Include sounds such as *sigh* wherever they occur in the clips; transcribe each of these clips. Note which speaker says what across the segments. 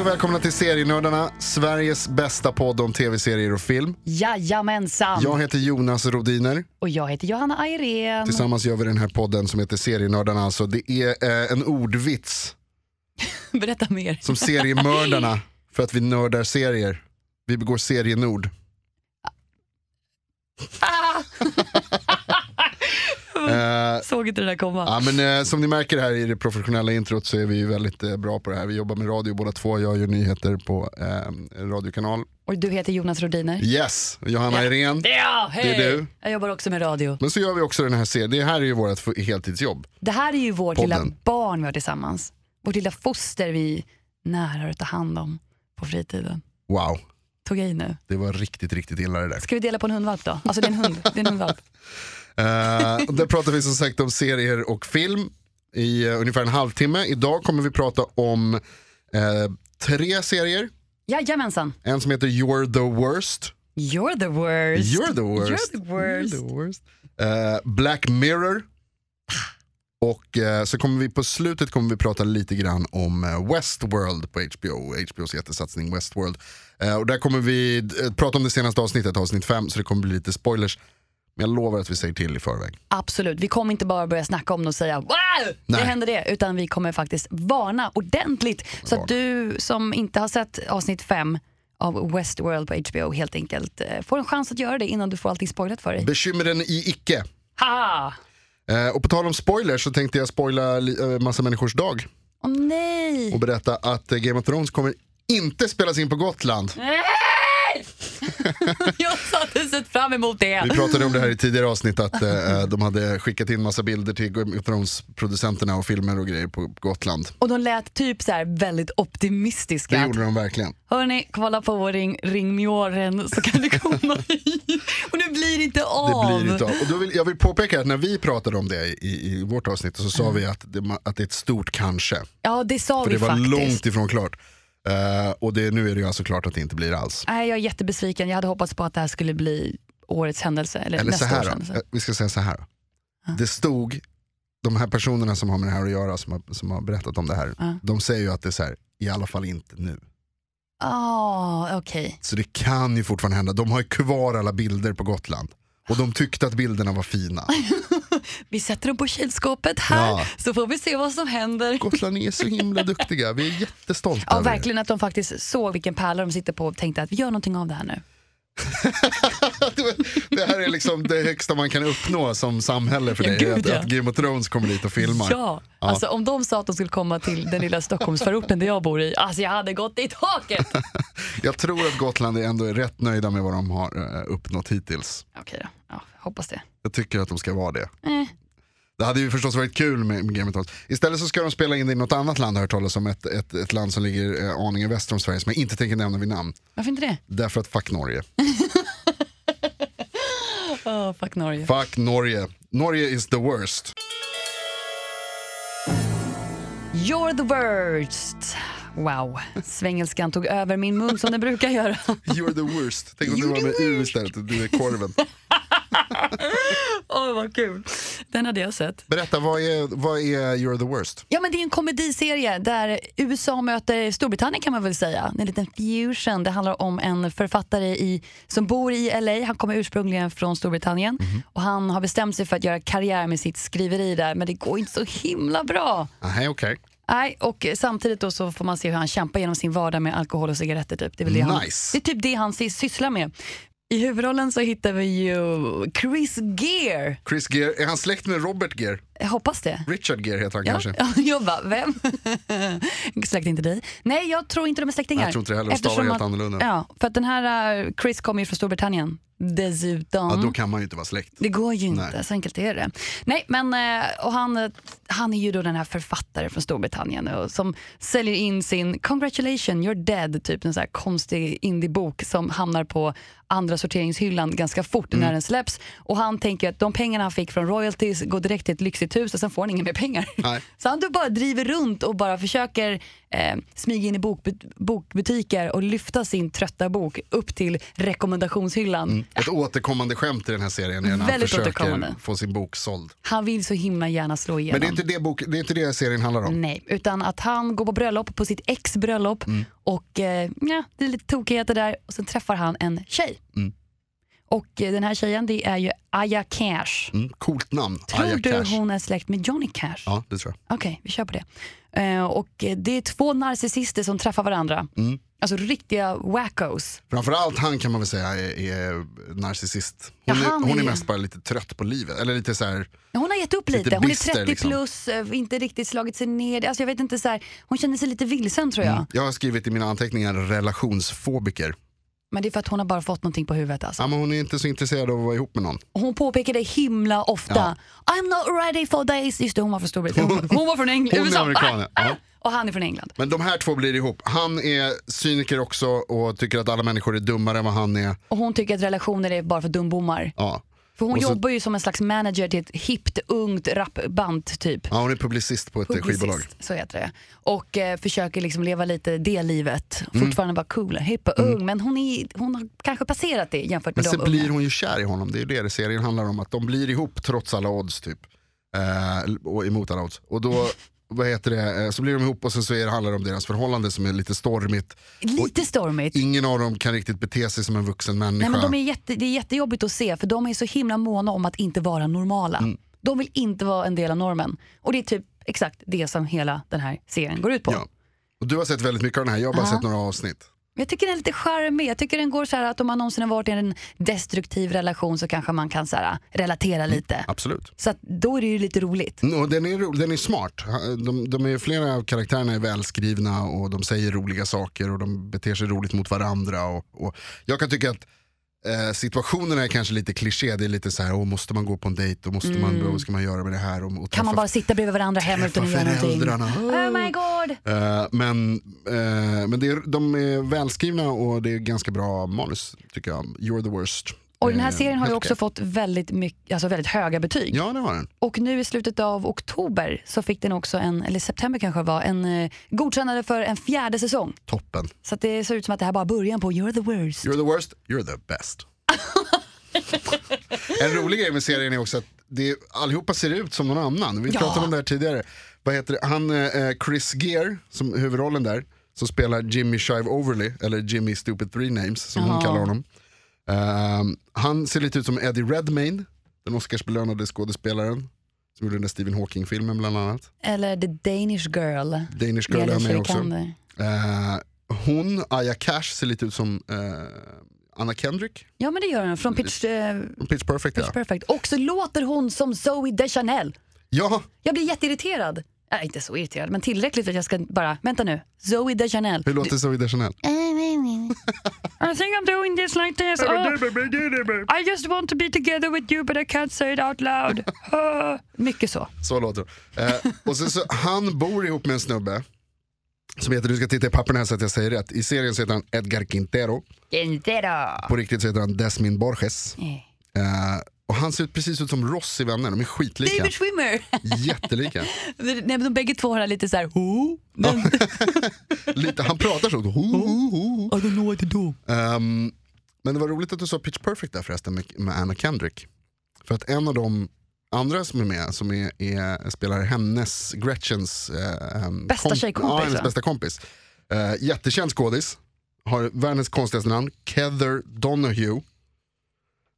Speaker 1: och välkomna till Serienördarna, Sveriges bästa podd om tv-serier och film.
Speaker 2: Jajamensan!
Speaker 1: Jag heter Jonas Rodiner.
Speaker 2: Och jag heter Johanna Ayrén.
Speaker 1: Tillsammans gör vi den här podden som heter Serienördarna. Alltså, det är eh, en ordvits
Speaker 2: *laughs* Berätta mer.
Speaker 1: som seriemördarna för att vi nördar serier. Vi begår serienord.
Speaker 2: Ah,
Speaker 1: Eh,
Speaker 2: Såg inte det där komma.
Speaker 1: Ja, men, eh, som ni märker här i det professionella introt så är vi ju väldigt eh, bra på det här. Vi jobbar med radio båda två, jag gör nyheter på eh, en radiokanal.
Speaker 2: Och du heter Jonas Rodiner.
Speaker 1: Yes, Johanna Irene.
Speaker 2: Ja, hej!
Speaker 1: Det är du.
Speaker 2: Jag jobbar också med radio.
Speaker 1: Men så gör vi också den här serien, det här är ju vårt fu- heltidsjobb.
Speaker 2: Det här är ju vårt
Speaker 1: Podden.
Speaker 2: lilla barn vi har tillsammans. Vårt lilla foster vi nära att ta hand om på fritiden.
Speaker 1: Wow,
Speaker 2: Tog jag i nu?
Speaker 1: det var riktigt, riktigt illa det där.
Speaker 2: Ska vi dela på en hundvalp då? Alltså det är en hund. Det är
Speaker 1: *laughs*
Speaker 2: en hundvalp.
Speaker 1: Eh, och där pratar vi som sagt om serier och film i eh, ungefär en halvtimme. Idag kommer vi prata om eh, tre serier.
Speaker 2: Jajamensan.
Speaker 1: En som heter You're the worst.
Speaker 2: You're the worst.
Speaker 1: You're the worst.
Speaker 2: You're the worst.
Speaker 1: You're the worst. Eh, Black Mirror. Och eh, så kommer vi på slutet kommer vi prata lite grann om eh, Westworld på HBO, HBOs jättesatsning Westworld. Eh, och där kommer vi eh, prata om det senaste avsnittet, avsnitt 5, så det kommer bli lite spoilers. Men jag lovar att vi säger till i förväg.
Speaker 2: Absolut, vi kommer inte bara börja snacka om det och säga wow, det
Speaker 1: Nej.
Speaker 2: händer det, utan vi kommer faktiskt varna ordentligt. Så att du som inte har sett avsnitt 5 av Westworld på HBO helt enkelt eh, får en chans att göra det innan du får allting spoilat för dig.
Speaker 1: Bekymren i icke.
Speaker 2: Ha!
Speaker 1: Eh, och på tal om spoilers så tänkte jag spoila li- eh, massa människors dag
Speaker 2: Åh nej!
Speaker 1: och berätta att eh, Game of Thrones kommer inte spelas in på Gotland.
Speaker 2: Nej! *laughs* Jag hade sett fram emot
Speaker 1: Vi
Speaker 2: det.
Speaker 1: pratade om det här i tidigare avsnitt att eh, de hade skickat in massa bilder till Game of Thrones-producenterna och filmer och grejer på Gotland.
Speaker 2: Och de lät typ så här väldigt
Speaker 1: Det
Speaker 2: optimistiska.
Speaker 1: gjorde de verkligen.
Speaker 2: Hörni, kolla på vår ring, ring Mjåren så kan du
Speaker 1: *laughs*
Speaker 2: komma hit. Och det blir inte av.
Speaker 1: Det blir inte av. Och då vill, jag vill påpeka att när vi pratade om det i, i vårt avsnitt så sa vi att det, ma- att det är ett stort kanske.
Speaker 2: Ja, det sa
Speaker 1: För
Speaker 2: vi
Speaker 1: det var
Speaker 2: faktiskt.
Speaker 1: långt ifrån klart. Eh, och det, nu är det ju alltså klart att det inte blir alls.
Speaker 2: Nej, jag är jättebesviken. Jag hade hoppats på att det här skulle bli årets händelse. Eller,
Speaker 1: Eller så
Speaker 2: nästa års
Speaker 1: här då.
Speaker 2: händelse.
Speaker 1: Eh, Vi ska säga så här. då. Det stod, de här personerna som har med det här att göra, som har, som har berättat om det här,
Speaker 2: Ja.
Speaker 1: de säger ju att det är så här, i alla fall inte nu.
Speaker 2: Ja, Ah, okej.
Speaker 1: Så det kan ju fortfarande hända. De har ju kvar alla bilder på Gotland. Och de tyckte att bilderna var fina.
Speaker 2: Vi sätter dem på kylskåpet här
Speaker 1: Ja.
Speaker 2: så får vi se vad som händer.
Speaker 1: Gotland är så himla duktiga. Vi är jättestolta
Speaker 2: Ja,
Speaker 1: över er.
Speaker 2: verkligen att de faktiskt såg vilken pärla de sitter på och tänkte att vi gör någonting av det här nu.
Speaker 1: *laughs* Det här är liksom det högsta man kan uppnå som samhälle för
Speaker 2: Ja,
Speaker 1: dig.
Speaker 2: gud,
Speaker 1: att,
Speaker 2: ja.
Speaker 1: att Game of Thrones kommer dit och filmar.
Speaker 2: Ja, alltså om de sa att de skulle komma till den lilla Stockholmsförorten där jag bor i, alltså jag hade gått
Speaker 1: *laughs*
Speaker 2: i taket.
Speaker 1: Jag tror att Gotland är ändå är rätt nöjda med vad de har eh, uppnått hittills.
Speaker 2: Okej då, ja, hoppas det.
Speaker 1: Jag tycker att de ska vara det.
Speaker 2: Eh.
Speaker 1: Det hade ju förstås varit kul med med Game of Thrones. Istället så ska de spela in det i något annat land har jag hört talas om. Ett, ett, ett land som ligger eh, aningen väster om Sverige som jag inte tänker nämna vid namn.
Speaker 2: Varför inte det?
Speaker 1: Därför att fuck Norge.
Speaker 2: Oh, fuck Norge.
Speaker 1: Fuck Norge. Norge is the worst.
Speaker 2: You're the worst. Wow, svengelskan tog över min mun som den brukar göra.
Speaker 1: You're the worst. Tänk om du
Speaker 2: You're
Speaker 1: var
Speaker 2: the
Speaker 1: med U istället, du är korven.
Speaker 2: Åh, vad kul. Den hade jag sett.
Speaker 1: Berätta, vad är, vad är You're the worst?
Speaker 2: Ja, men det är en komediserie där USA möter Storbritannien kan man väl säga. Det är En liten fusion. Det handlar om en författare i, som bor i LA. Han kommer ursprungligen från Storbritannien och han har bestämt sig för att göra karriär med sitt skriveri där, men det går inte så himla bra.
Speaker 1: Nej, okej.
Speaker 2: Nej, och samtidigt då så får man se hur han kämpar genom sin vardag med alkohol och cigaretter. Typ. Det, är väl det, han,
Speaker 1: Nice.
Speaker 2: det är typ det han sy- sysslar med. I huvudrollen så hittar vi ju Chris Gere.
Speaker 1: Chris Gere, är han släkt med Robert Gere?
Speaker 2: Jag hoppas det.
Speaker 1: Richard Gere heter han
Speaker 2: Ja,
Speaker 1: kanske.
Speaker 2: ja, *laughs* jag bara, vem? Släkt inte dig. Nej, jag tror inte de är släktingar.
Speaker 1: Jag tror inte det heller, de stavar
Speaker 2: Eftersom
Speaker 1: helt annorlunda.
Speaker 2: Ja, för att den här eh, Chris kommer ju från Storbritannien dessutom.
Speaker 1: Ja, då kan man ju inte vara släkt.
Speaker 2: Det går ju inte,
Speaker 1: Nej.
Speaker 2: så enkelt är det. Nej, men eh, och han, eh, han är ju då den här författaren från Storbritannien och som säljer in sin “Congratulations, you're dead” typ en så här konstig indiebok som hamnar på andra
Speaker 1: Mm.
Speaker 2: sorteringshyllan ganska fort när den släpps. Och han tänker att de pengarna han fick från royalties går direkt till ett lyxigt sitt hus och sen får han inga mer pengar.
Speaker 1: Nej.
Speaker 2: Så han då bara driver runt och bara försöker eh, smyga in i bokbu- bokbutiker och lyfta sin trötta bok upp till rekommendationshyllan.
Speaker 1: Ett återkommande skämt i den här serien är när han
Speaker 2: Väldigt
Speaker 1: försöker
Speaker 2: återkommande.
Speaker 1: få sin bok såld.
Speaker 2: Han vill så himla gärna slå igenom.
Speaker 1: Men det är, inte det, bok, det är inte det serien handlar om.
Speaker 2: Nej, utan att han går på bröllop, på sitt ex bröllop
Speaker 1: Mm.
Speaker 2: och eh, ja, det är lite tokigheter där och sen träffar han en tjej.
Speaker 1: Mm.
Speaker 2: Och eh, den här tjejen det är ju Aya Cash.
Speaker 1: Mm, coolt namn,
Speaker 2: Tror
Speaker 1: Aya
Speaker 2: du
Speaker 1: Cash.
Speaker 2: hon är släkt med Johnny Cash?
Speaker 1: Ja, det tror jag.
Speaker 2: Okej, vi kör på det. Eh, och eh, det är två narcissister som träffar varandra.
Speaker 1: Mm.
Speaker 2: Alltså riktiga wackos.
Speaker 1: Framförallt han kan man väl säga är, är narcissist.
Speaker 2: Ja,
Speaker 1: Hon,
Speaker 2: han
Speaker 1: är, hon är
Speaker 2: är-
Speaker 1: mest bara lite trött på livet. Eller lite så här,
Speaker 2: Hon har gett upp lite.
Speaker 1: Lite
Speaker 2: hon
Speaker 1: bister,
Speaker 2: är 30
Speaker 1: liksom.
Speaker 2: plus, eh, inte riktigt slagit sig ner. Alltså, jag vet inte, så här, hon känner sig lite vilsen tror jag.
Speaker 1: jag har skrivit i mina anteckningar relationsfobiker.
Speaker 2: Men det är för att hon har bara fått någonting på huvudet. Alltså.
Speaker 1: Ja, men hon är inte så intresserad av att vara ihop med någon.
Speaker 2: Och Hon påpekar det himla ofta. I'm not ready for this. Just det, hon var från Storbritannien. Hon, hon var från England.
Speaker 1: *laughs* Hon är amerikan, ja.
Speaker 2: *laughs* Och han är från England.
Speaker 1: Men de här två blir ihop. Han är cyniker också och tycker att alla människor är dummare än vad han är.
Speaker 2: Och hon tycker att relationer är bara för dumbommar.
Speaker 1: Ja.
Speaker 2: För hon
Speaker 1: Och så-
Speaker 2: jobbar ju som en slags manager till ett hippt, ungt rapband typ.
Speaker 1: Ja, hon är publicist på ett
Speaker 2: Publicist,
Speaker 1: skivbolag.
Speaker 2: Så heter det. Och eh, försöker liksom leva lite det livet.
Speaker 1: Mm.
Speaker 2: Fortfarande vara cool, hipp och ung. Men hon, är, hon har kanske passerat det jämfört
Speaker 1: Men
Speaker 2: med
Speaker 1: sen
Speaker 2: de
Speaker 1: blir
Speaker 2: unga.
Speaker 1: hon ju kär i honom, det är ju det serien handlar om. Att de blir ihop trots alla odds typ. Eh, och emot alla odds. Och
Speaker 2: *laughs*
Speaker 1: då, vad heter det, eh, så blir de ihop och sen så är det, handlar det om deras förhållande som är lite stormigt.
Speaker 2: Lite stormigt.
Speaker 1: Ingen av dem kan riktigt bete sig som en vuxen människa.
Speaker 2: Nej, men de är jätte, det är jättejobbigt att se för de är så himla måna om att inte vara normala.
Speaker 1: Mm.
Speaker 2: De vill inte vara en del av normen. Och det är typ exakt det som hela den här serien går ut på.
Speaker 1: ja. Och du har sett väldigt mycket av den här, jag har bara sett några avsnitt.
Speaker 2: Jag tycker den är lite charmig. Jag tycker den går så här att om man någonsin har varit i en destruktiv relation så kanske man kan så här, relatera
Speaker 1: Mm.
Speaker 2: lite.
Speaker 1: Absolut.
Speaker 2: Så att då är det ju lite roligt.
Speaker 1: Mm, Och den, är, ro- den är smart. Ha- De, de är, flera av karaktärerna är välskrivna och de säger roliga saker och de beter sig roligt mot varandra. Och, och jag kan tycka att eh, situationen är kanske lite kliché. Det är lite så här, åh, måste man gå på en dejt och måste man, vad ska man göra med det här? Och, och
Speaker 2: Mm. Kan man
Speaker 1: träffa-
Speaker 2: bara sitta bredvid varandra hemma utan att
Speaker 1: träffa
Speaker 2: göra någonting?
Speaker 1: föräldrarna.
Speaker 2: Oh my god!
Speaker 1: Eh, men eh, men det är, de är välskrivna och det är ganska bra manus tycker jag. You're the worst.
Speaker 2: Och den här
Speaker 1: Eh,
Speaker 2: serien har ju
Speaker 1: helt
Speaker 2: också
Speaker 1: okej.
Speaker 2: fått väldigt, mycket, alltså väldigt höga betyg.
Speaker 1: Ja det har den.
Speaker 2: Och nu i slutet av oktober så fick den också en, eller september kanske det var, en eh, godkännande för en fjärde säsong.
Speaker 1: Toppen.
Speaker 2: Så att det ser ut som att det här bara är början på You're the worst.
Speaker 1: You're the worst, you're the best. en rolig grej med serien är också att det, allihopa ser ut som någon annan. Vi
Speaker 2: Ja.
Speaker 1: pratade om det här tidigare. Vad heter det? Han, eh, Chris Gere, som huvudrollen där, som spelar Jimmy Shive Overly, eller Jimmy Stupid Three Names som hon kallar honom. Ehm, han ser lite ut som Eddie Redmayne, den Oscarsbelönade skådespelaren. Som gjorde den där Stephen Hawking-filmen bland annat.
Speaker 2: Eller The Danish Girl.
Speaker 1: Danish Girl är
Speaker 2: Leila
Speaker 1: han med också.
Speaker 2: Vikander.
Speaker 1: Ehm, hon, Aya Cash, ser lite ut som eh, Anna Kendrick.
Speaker 2: Ja men det gör den, från Pitch, eh,
Speaker 1: från Pitch Perfect Mm. ja.
Speaker 2: Pitch Perfect. Och så låter hon som Zoe Deschanel.
Speaker 1: Ja,
Speaker 2: Jag blir jätteirriterad. Nej, inte så irriterad, men tillräckligt för att jag ska bara, vänta nu, Zoe Deschanel.
Speaker 1: hur låter Zoe Deschanel?
Speaker 2: I think I'm doing this like this. Oh, I just want to be together with you but I can't say it out loud. Ah. Mycket så.
Speaker 1: Så låter hon. eh, Och sen så, han bor ihop med en snubbe som heter, du ska titta i papperna här så att jag säger rätt. I serien så heter han Edgar Quintero,
Speaker 2: Inte då.
Speaker 1: på riktigt så heter han Desmin Borges. Eh, och han ser ut precis ut som Ross i Vänner, de är skitlika.
Speaker 2: David *laughs* Schwimmer.
Speaker 1: Jättelika.
Speaker 2: Nej, men de bägge två har lite så här... "Ho?" Men,
Speaker 1: Lite, han pratar så. Ho, ho, ho.
Speaker 2: I don't know what to do.
Speaker 1: Ehm, men det var roligt att du sa Pitch Perfect där förresten med, med Anna Kendrick. För att en av de andra som är med, som är, är, spelar hennes, Gretchens eh, em,
Speaker 2: Bästa
Speaker 1: komp-
Speaker 2: tjejkompis,
Speaker 1: Ja, hennes
Speaker 2: va?
Speaker 1: bästa kompis. Eh, jättekänd skådis, har världens konstigaste namn, Heather Donahue.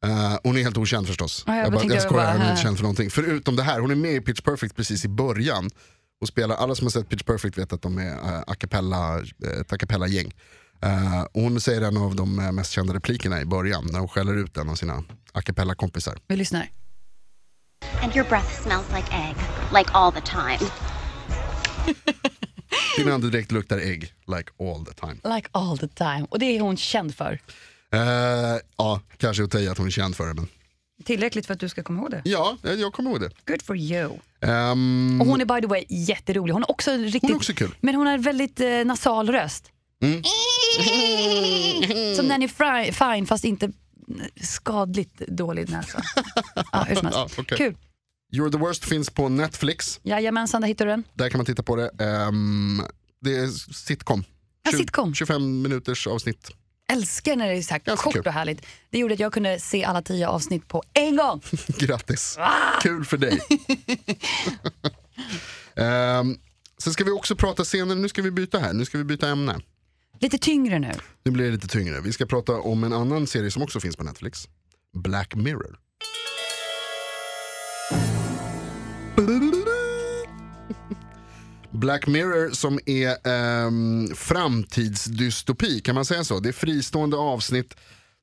Speaker 1: Eh, hon är helt okänd förstås.
Speaker 2: Ja, jag
Speaker 1: jag bara,
Speaker 2: tänkte
Speaker 1: jag
Speaker 2: jag
Speaker 1: skojar,
Speaker 2: bara,
Speaker 1: hon är
Speaker 2: här.
Speaker 1: inte känd för någonting. Förutom det här, hon är med i Pitch Perfect precis i början. Och spelar, alla som har sett Pitch Perfect vet att de är eh, a cappella, eh, ett a cappella-gäng. Eh, och hon säger en av de eh, mest kända replikerna i början när hon skäller ut en av sina a cappella-kompisar.
Speaker 2: Vi lyssnar.
Speaker 3: And your breath smells like egg, like all the time.
Speaker 1: Din andedräkt luktar ägg, like all the time.
Speaker 2: Like all the time. Och det är hon känd för.
Speaker 1: Eh, ja, kanske att säga att hon är känd för det, men
Speaker 2: Tillräckligt för att du ska komma ihåg det.
Speaker 1: ja, eh, jag kommer ihåg det.
Speaker 2: Good for you.
Speaker 1: Ehm,
Speaker 2: Och hon är by the way jätterolig. Hon är också riktigt...
Speaker 1: Hon är också kul.
Speaker 2: Men hon har en väldigt eh, nasal röst.
Speaker 1: Mm.
Speaker 2: *laughs* Som Nanny Fry, eh,
Speaker 1: *laughs*
Speaker 2: Fine fast inte skadligt dålig näsa. alltså. ja, hur som helst.
Speaker 1: Ja, okej.
Speaker 2: Kul.
Speaker 1: You're the worst finns på Netflix.
Speaker 2: Jajamensan, där hittar du den.
Speaker 1: Där kan man titta på det. Ehm, det är sitcom.
Speaker 2: Ja,
Speaker 1: Tju-
Speaker 2: sitcom.
Speaker 1: 25 minuters avsnitt. *laughs*
Speaker 2: Älskar när det är så här
Speaker 1: Ganska
Speaker 2: kort
Speaker 1: kul.
Speaker 2: och härligt. Det gjorde att jag kunde se alla tio avsnitt på en gång.
Speaker 1: Grattis.
Speaker 2: Ah!
Speaker 1: Kul för
Speaker 2: *laughs*
Speaker 1: dig. Ehm, sen ska vi också prata senare, nu ska vi byta här, nu ska vi byta ämne.
Speaker 2: Lite tyngre nu.
Speaker 1: Nu blir det lite tyngre. Vi ska prata om en annan serie som också finns på Netflix. Black Mirror. Black Mirror som är ehm, framtidsdystopi, kan man säga så? Det är fristående avsnitt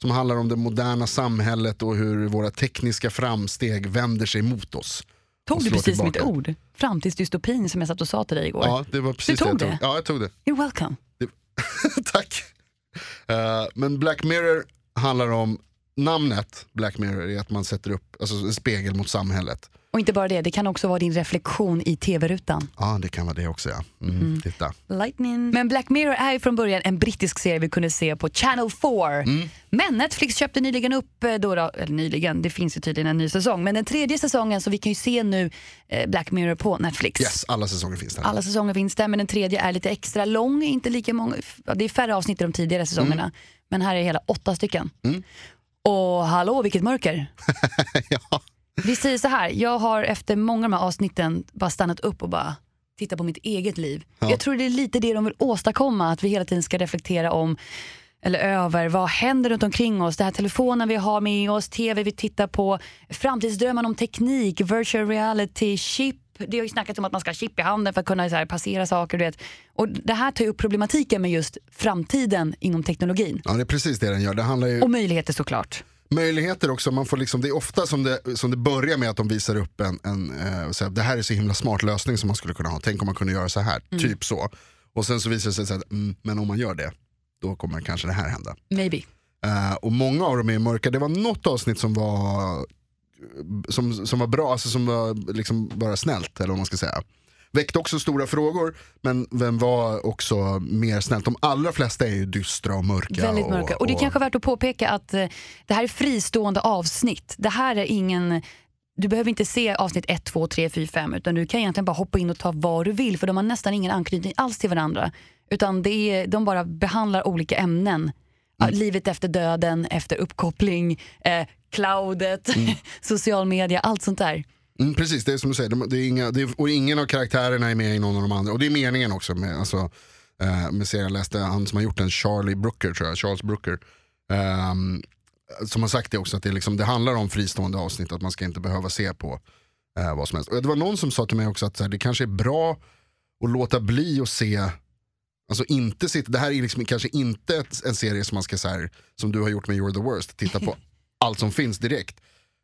Speaker 1: som handlar om det moderna samhället och hur våra tekniska framsteg vänder sig mot oss.
Speaker 2: Tog
Speaker 1: Och
Speaker 2: du
Speaker 1: slå
Speaker 2: precis
Speaker 1: tillbaka.
Speaker 2: mitt ord? Framtidsdystopin som jag satt och sa till dig igår.
Speaker 1: Ja, det var precis
Speaker 2: Du tog
Speaker 1: det jag
Speaker 2: det?
Speaker 1: tog. Ja, jag tog det.
Speaker 2: You're welcome.
Speaker 1: *laughs* Tack. Eh, men Black Mirror handlar om namnet Black Mirror är att man sätter upp alltså, en spegel mot samhället.
Speaker 2: Och inte bara det, det kan också vara din reflektion i tv-rutan.
Speaker 1: Ja, det kan vara det också ja. Mm, Titta.
Speaker 2: Lightning. Men Black Mirror är ju från början en brittisk serie vi kunde se på Channel 4. Men Netflix köpte nyligen upp, eh, då, då, eller nyligen, det finns ju tydligen en ny säsong, men den tredje säsongen så vi kan ju se nu eh, Black Mirror på Netflix.
Speaker 1: Yes, alla säsonger finns där.
Speaker 2: Alla säsonger finns där men den tredje är lite extra lång, inte lika många, ja, det är färre avsnitt i de tidigare säsongerna. Men här är hela åtta stycken. Och hallå vilket mörker.
Speaker 1: *laughs* ja.
Speaker 2: Vi säger så här, jag har efter många av de här avsnitten bara stannat upp och bara tittat på mitt eget liv. Jag tror det är lite det de vill åstadkomma, att vi hela tiden ska reflektera om eller över vad händer runt omkring oss. Det här telefonen vi har med oss, tv vi tittar på, framtidsdrömmen om teknik, virtual reality, chip. Det har ju snackats om att man ska ha chip i handen för att kunna så här, passera saker. Du vet. Och det här tar ju upp problematiken med just framtiden inom teknologin.
Speaker 1: ja, det är precis det den gör. Det handlar ju
Speaker 2: Och möjligheter såklart.
Speaker 1: möjligheter också. Man får liksom, det är ofta som det, som det börjar med att de visar upp en, en eh, och säger, det här är så himla smart lösning som man skulle kunna ha. Tänk om man kunde göra så här, typ så. Och sen så visar det sig så här, mm, men om man gör det, då kommer kanske det här hända.
Speaker 2: Maybe.
Speaker 1: Eh, och många av dem är mörka. Det var något avsnitt som var som, som var bra, alltså som var liksom bara snällt eller vad man ska säga. Väckte också stora frågor, men vem var också mer snällt? De allra flesta är ju dystra och mörka.
Speaker 2: Väldigt mörka. Och, det är kanske är värt att påpeka att eh, det här är fristående avsnitt. Det här är ingen... Du behöver inte se avsnitt 1, 2, 3, 4, 5 utan du kan egentligen bara hoppa in och ta vad du vill för de har nästan ingen anknytning alls till varandra. Utan det är, de bara behandlar olika ämnen. Ja, Livet efter döden, efter uppkoppling, eh, cloudet, *laughs* social media, allt sånt där.
Speaker 1: Mm, precis, det är som du säger. De- Det är inga, det är, och ingen av karaktärerna är med i någon av de andra. Och det är meningen också. Med, alltså, eh, med serien jag läste, han som har gjort den, Charlie Brooker tror jag, Charles Brooker. ehm, som har sagt det också, att det, är liksom, det handlar om fristående avsnitt, att man ska inte behöva se på eh, vad som helst. Och det var någon som sa till mig också att så här, det kanske är bra att låta bli att se Alltså inte sitt, det här är liksom kanske inte ett, en serie som man ska, så här, som du har gjort med You're the worst, titta på allt som finns direkt.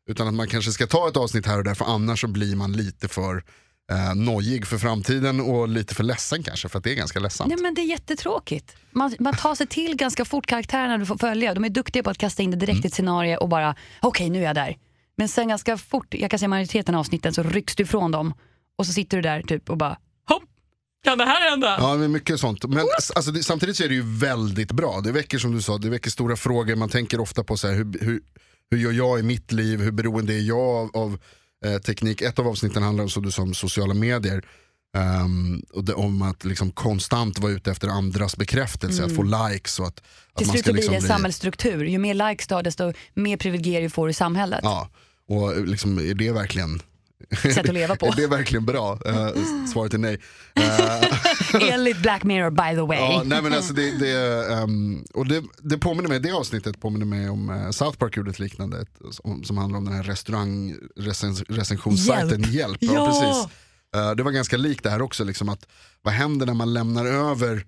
Speaker 1: Utan att man kanske ska ta ett avsnitt här och där, för annars så blir man lite för eh, nojig för framtiden och lite för ledsen kanske, för att det är ganska ledsamt.
Speaker 2: Nej, men det är jättetråkigt. Man, man tar sig till ganska fort karaktärerna du får följa. De är duktiga på att kasta in det
Speaker 1: Mm.
Speaker 2: direkt i ett scenario och bara okej nu är jag där. Men sen ganska fort, jag kan säga majoriteten av avsnitten, så rycks du ifrån dem och så sitter du där typ och bara hopp, kan det här hända?
Speaker 1: Ja, men mycket sånt.
Speaker 2: Mm.
Speaker 1: Men s- alltså, det, samtidigt så är det ju väldigt bra. Det väcker som du sa, det väcker stora frågor. Man tänker ofta på så här, hur, hur, hur gör jag i mitt liv? Hur beroende är jag av, av eh, teknik? Ett av avsnitten handlar om, som du sa, om sociala medier. Ehm, och det, om att liksom konstant vara ute efter andras bekräftelse, att få likes och att, att
Speaker 2: Mm. till slut blir det en
Speaker 1: liksom bli-
Speaker 2: samhällsstruktur. Ju mer likes du har desto mer privilegier får du i samhället.
Speaker 1: Ja, och liksom, är det verkligen
Speaker 2: Sätt att
Speaker 1: *laughs*
Speaker 2: leva på. Mm.
Speaker 1: Är det verkligen bra? Eh, svaret är nej. Eh,
Speaker 2: Enligt Black Mirror by the way.
Speaker 1: Ja, nej men alltså det, det, ehm, och det, det påminner mig, det avsnittet påminner mig om eh, South Park gjorde ett liknande ett, som, som handlar om den här restaurang recens, recensionssajten Hjälp. ja,
Speaker 2: Ja.
Speaker 1: Precis. Eh, det var ganska likt det här också, liksom att, vad händer när man lämnar över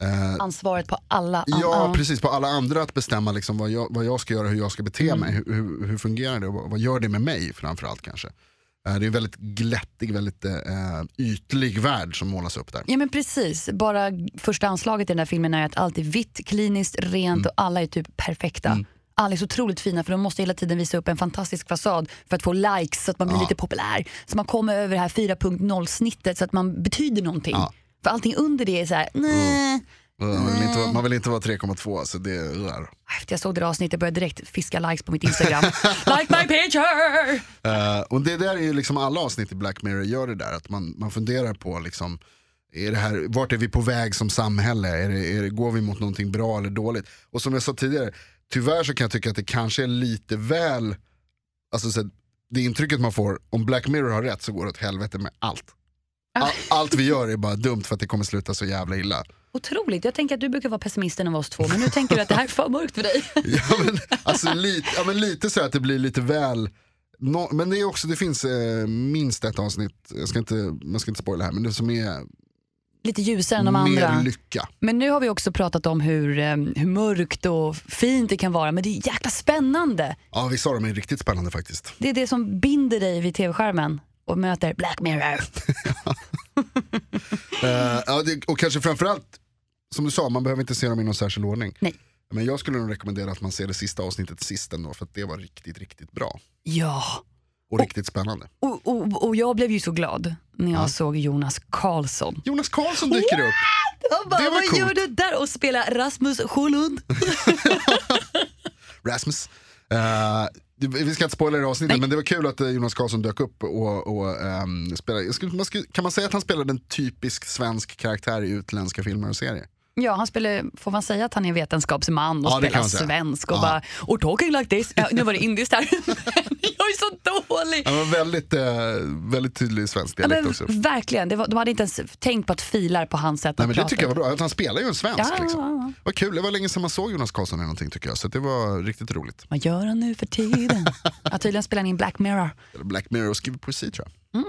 Speaker 1: eh,
Speaker 2: Ansvaret på alla.
Speaker 1: Ja,
Speaker 2: Ja,
Speaker 1: precis. På alla andra att bestämma liksom vad, jag, vad jag ska göra, hur jag ska bete mig. Hur, hur, hur fungerar det och vad, vad gör det med mig framförallt kanske. Eh, det är en väldigt glättig, väldigt eh, ytlig värld som målas upp där.
Speaker 2: Ja men precis, bara första anslaget i den här filmen är att allt är vitt, kliniskt, rent och alla är typ perfekta. Alla är så otroligt fina för de måste hela tiden visa upp en fantastisk fasad för att få likes så att man blir lite populär. Så man kommer över det här 4.0 snittet så att man betyder någonting. För allting under det är så här, nej,
Speaker 1: Man vill inte vara, man vill inte vara 3,2 så det är där.
Speaker 2: Efter jag såg det där avsnittet började jag direkt fiska likes på mitt Instagram. like my picture!
Speaker 1: Eh, och det där är ju liksom alla avsnitt i Black Mirror gör det där, att man, man funderar på liksom, är det här, vart är vi på väg som samhälle? Är det, är det, går vi mot någonting bra eller dåligt? Och som jag sa tidigare, tyvärr så kan jag tycka att det kanske är lite väl, alltså så, här, det intrycket man får, om Black Mirror har rätt så går det åt helvete med allt. All, allt vi gör är bara dumt för att det kommer sluta så jävla illa.
Speaker 2: Otroligt. Jag tänker att du brukar vara pessimisten av oss två, men nu tänker du att det här är för mörkt för dig. *laughs*
Speaker 1: *laughs* Ja, men, alltså, lite, ja, men lite så att det blir lite väl nå- men det är också, det finns eh, minst ett avsnitt, jag ska inte, man ska inte spoila här, men det som är
Speaker 2: Lite ljusare än de
Speaker 1: mer
Speaker 2: andra.
Speaker 1: lycka.
Speaker 2: Men nu har vi också pratat om hur, eh, hur mörkt och fint det kan vara, men det är jäkla spännande.
Speaker 1: Ja vissa av dem är riktigt spännande faktiskt.
Speaker 2: Det är det som binder dig vid tv-skärmen och möter Black Mirror.
Speaker 1: Eh, ja, det, och kanske framförallt, som du sa, man behöver inte se dem i någon särskild ordning.
Speaker 2: Nej.
Speaker 1: Men jag skulle nog rekommendera att man ser det sista avsnittet sist ändå, för att det var riktigt, riktigt bra.
Speaker 2: *laughs* Ja.
Speaker 1: Och riktigt spännande.
Speaker 2: Och, och, och jag blev ju så glad när jag såg Jonas Karlsson.
Speaker 1: Jonas Karlsson dyker upp!
Speaker 2: Jag bara,
Speaker 1: Det var
Speaker 2: vad
Speaker 1: coolt."
Speaker 2: gör du där och spelar Rasmus Sjölund?
Speaker 1: Rasmus. Eh, det- vi ska inte spoila det här avsnittet, men det var kul att eh, Jonas Karlsson dök upp och, och ehm, spelade. Jag skulle, man skulle, kan man säga att han spelade en typisk svensk karaktär i utländska filmer och serier?
Speaker 2: Ja, han spelar, får man säga att han är vetenskapsman och
Speaker 1: Ja, det kan
Speaker 2: spelar
Speaker 1: man säga.
Speaker 2: svensk och
Speaker 1: Ja.
Speaker 2: bara “or talking like this”. Ja, nu var det indiskt här. *laughs* jag är så dålig!
Speaker 1: Han var väldigt, eh, väldigt tydlig i svensk
Speaker 2: Ja,
Speaker 1: dialekt
Speaker 2: men,
Speaker 1: också.
Speaker 2: verkligen, det var, de hade inte ens tänkt på att filar på hans sätt
Speaker 1: Nej, men
Speaker 2: att
Speaker 1: det
Speaker 2: prata.
Speaker 1: tycker jag var bra, att han spelar ju en svensk.
Speaker 2: Ja,
Speaker 1: liksom.
Speaker 2: ja, ja.
Speaker 1: Vad kul, det var länge sedan man såg Jonas Karlsson i någonting tycker jag, så det var riktigt roligt.
Speaker 2: Vad gör han nu
Speaker 1: *laughs*
Speaker 2: för tiden? ja, tydligen spelar han in Black Mirror.
Speaker 1: Eller Black Mirror och skriver poesi tror jag.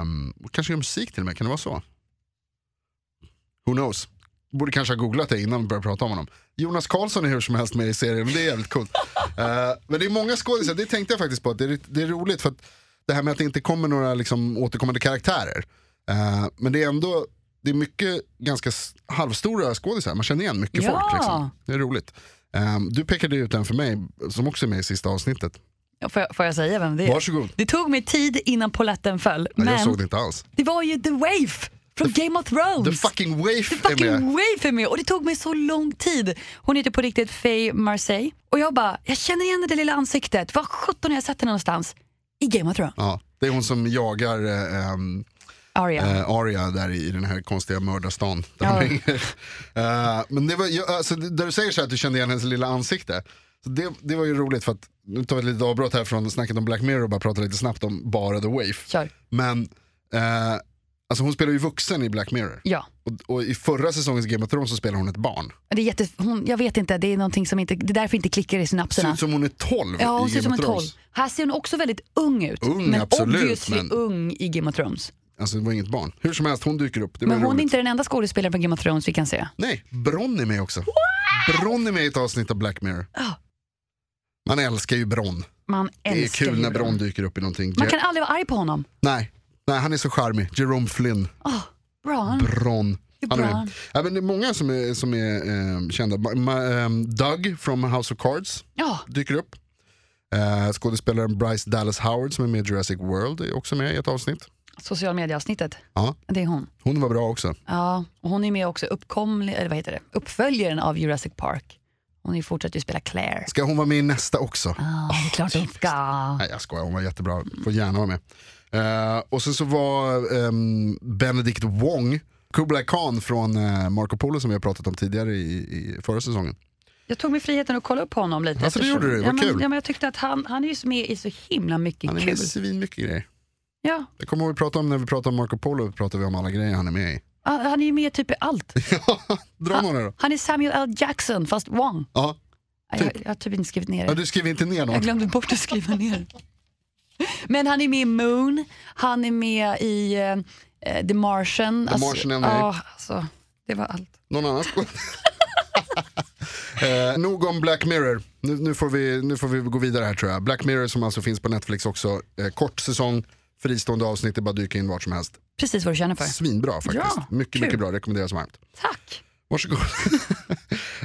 Speaker 1: Ehm, och kanske gör musik till och med, kan det vara så? Who knows? Borde kanske ha googlat det innan vi började prata om honom. Jonas Karlsson är hur som helst med i serien, men det är jävligt coolt. Eh, men det är många skådisar, det tänkte jag faktiskt på, att det är, det är roligt för att det här med att det inte kommer några liksom, återkommande karaktärer. Eh, men det är ändå, det är mycket ganska s- halvstora skådisar, man känner igen mycket
Speaker 2: Ja.
Speaker 1: folk. Liksom. Det är roligt. Ehm, du pekade ut en för mig, som också är med i sista avsnittet.
Speaker 2: Ja, Får jag, får jag säga vem det är?
Speaker 1: Varsågod.
Speaker 2: Det tog mig tid innan polletten föll,
Speaker 1: Men... Jag såg
Speaker 2: men
Speaker 1: det inte alls.
Speaker 2: det var ju The Waif från Game of Thrones.
Speaker 1: The fucking waif
Speaker 2: fucking
Speaker 1: är med.
Speaker 2: Waif är med och det tog mig så lång tid. Hon heter på riktigt Faye Marseille och jag bara, jag känner igen det där lilla ansiktet. Var sjutton har jag sett henne någonstans? I Game of Thrones.
Speaker 1: Ja, det är hon som jagar eh, ehm,
Speaker 2: Arya.
Speaker 1: eh, Arya där i den här konstiga mördarstan. Där *laughs*
Speaker 2: Ja.
Speaker 1: hon hänger. Eh, men det var, jag, alltså, det- där du säger så här att du kände igen hennes lilla ansikte. Så det, det var ju roligt för att, nu tar vi ett litet avbrott här från snacket om Black Mirror och bara pratar lite snabbt om bara The Waif.
Speaker 2: Kör.
Speaker 1: Men eh, alltså hon spelar ju vuxen i Black Mirror.
Speaker 2: Ja.
Speaker 1: Och, och i förra säsongens Game of Thrones så spelar hon ett barn.
Speaker 2: Men Det är jätte, hon, jag vet inte, det är någonting som inte, det är därför inte klickar i
Speaker 1: Ser
Speaker 2: synapserna.
Speaker 1: ut som hon är 12
Speaker 2: Ja, hon
Speaker 1: i
Speaker 2: ser ut som
Speaker 1: Game
Speaker 2: en
Speaker 1: of
Speaker 2: tolv.
Speaker 1: Thrones.
Speaker 2: Här ser hon också väldigt ung ut.
Speaker 1: Ung,
Speaker 2: men
Speaker 1: absolut,
Speaker 2: obviously
Speaker 1: men-
Speaker 2: ung i Game of Thrones.
Speaker 1: Alltså det var inget barn. Hur som helst, hon dyker upp. Det var
Speaker 2: Men hon
Speaker 1: roligt.
Speaker 2: är inte den enda skådespelaren från Game of Thrones vi kan se.
Speaker 1: Nej, Bronn är med också. Bronn är med i ett avsnitt av Black Mirror.
Speaker 2: Ja.
Speaker 1: Man älskar ju Bronn.
Speaker 2: Man
Speaker 1: Det är
Speaker 2: älskar
Speaker 1: kul
Speaker 2: ju
Speaker 1: när
Speaker 2: Bron.
Speaker 1: Bronn dyker upp i någonting.
Speaker 2: Man
Speaker 1: Je-
Speaker 2: kan aldrig vara arg på honom.
Speaker 1: nej, nej, han är så charmig. Jerome Flynn,
Speaker 2: Oh, bra.
Speaker 1: Bronn.
Speaker 2: Det är
Speaker 1: Han är
Speaker 2: bra.
Speaker 1: med. Ja, men det är många som är, som är eh, kända. Ma- ma- ehm, Doug från House of Cards
Speaker 2: Ja,
Speaker 1: dyker upp. Eh, skådespelaren Bryce Dallas Howard som är med i Jurassic World är också med i ett avsnitt.
Speaker 2: social media-avsnittet.
Speaker 1: Ja,
Speaker 2: Det är hon.
Speaker 1: hon var bra också.
Speaker 2: Ja, och hon är med också uppkomlig, eller vad heter det? uppföljaren av Jurassic Park. Hon är- fortsätter ju spela Claire.
Speaker 1: Ska hon vara med i nästa också?
Speaker 2: Ja, det är klart hon ska.
Speaker 1: Nej jag skojar, hon var jättebra. Får gärna vara med. Eh, och sen så var ehm, Benedict Wong, Kublai Khan från eh, Marco Polo som vi har pratat om tidigare i, i förra säsongen.
Speaker 2: Jag tog mig friheten att kolla upp honom lite.
Speaker 1: Alltså, det
Speaker 2: eftersom-
Speaker 1: gjorde du, vad
Speaker 2: ja, men,
Speaker 1: kul.
Speaker 2: Ja, men jag tyckte att han, han är ju med i så himla mycket
Speaker 1: Han är
Speaker 2: kul.
Speaker 1: med i svinmycket grejer.
Speaker 2: Ja,
Speaker 1: Det kommer vi prata om när vi pratar om Marco Polo, pratar vi om alla grejer han är med i. *laughs*
Speaker 2: han han är ju med typ i allt.
Speaker 1: Dra några då.
Speaker 2: Han är Samuel L. Jackson fast Wong.
Speaker 1: Ja.
Speaker 2: Ja, Jag, jag har typ inte skrivit ner
Speaker 1: Ja,
Speaker 2: det.
Speaker 1: du skriver inte ner
Speaker 2: Jag
Speaker 1: någon.
Speaker 2: glömde bort att skriva ner.
Speaker 1: *laughs*
Speaker 2: Men han är med i Moon, han är med i eh, The Martian. The
Speaker 1: Martian är med.
Speaker 2: ja, alltså, det var allt.
Speaker 1: Någon annan skål. *laughs* Eh, nog om Black Mirror. Nu, nu, får vi, nu får vi gå vidare här tror jag. Black Mirror som alltså finns på Netflix också. Eh, kort säsong, fristående avsnitt, det är bara att dyka in vart som helst.
Speaker 2: Precis vad du känner för.
Speaker 1: Svinbra faktiskt.
Speaker 2: Ja,
Speaker 1: mycket,
Speaker 2: kul.
Speaker 1: mycket bra. Rekommenderas varmt.
Speaker 2: Tack!
Speaker 1: Varsågod. *laughs*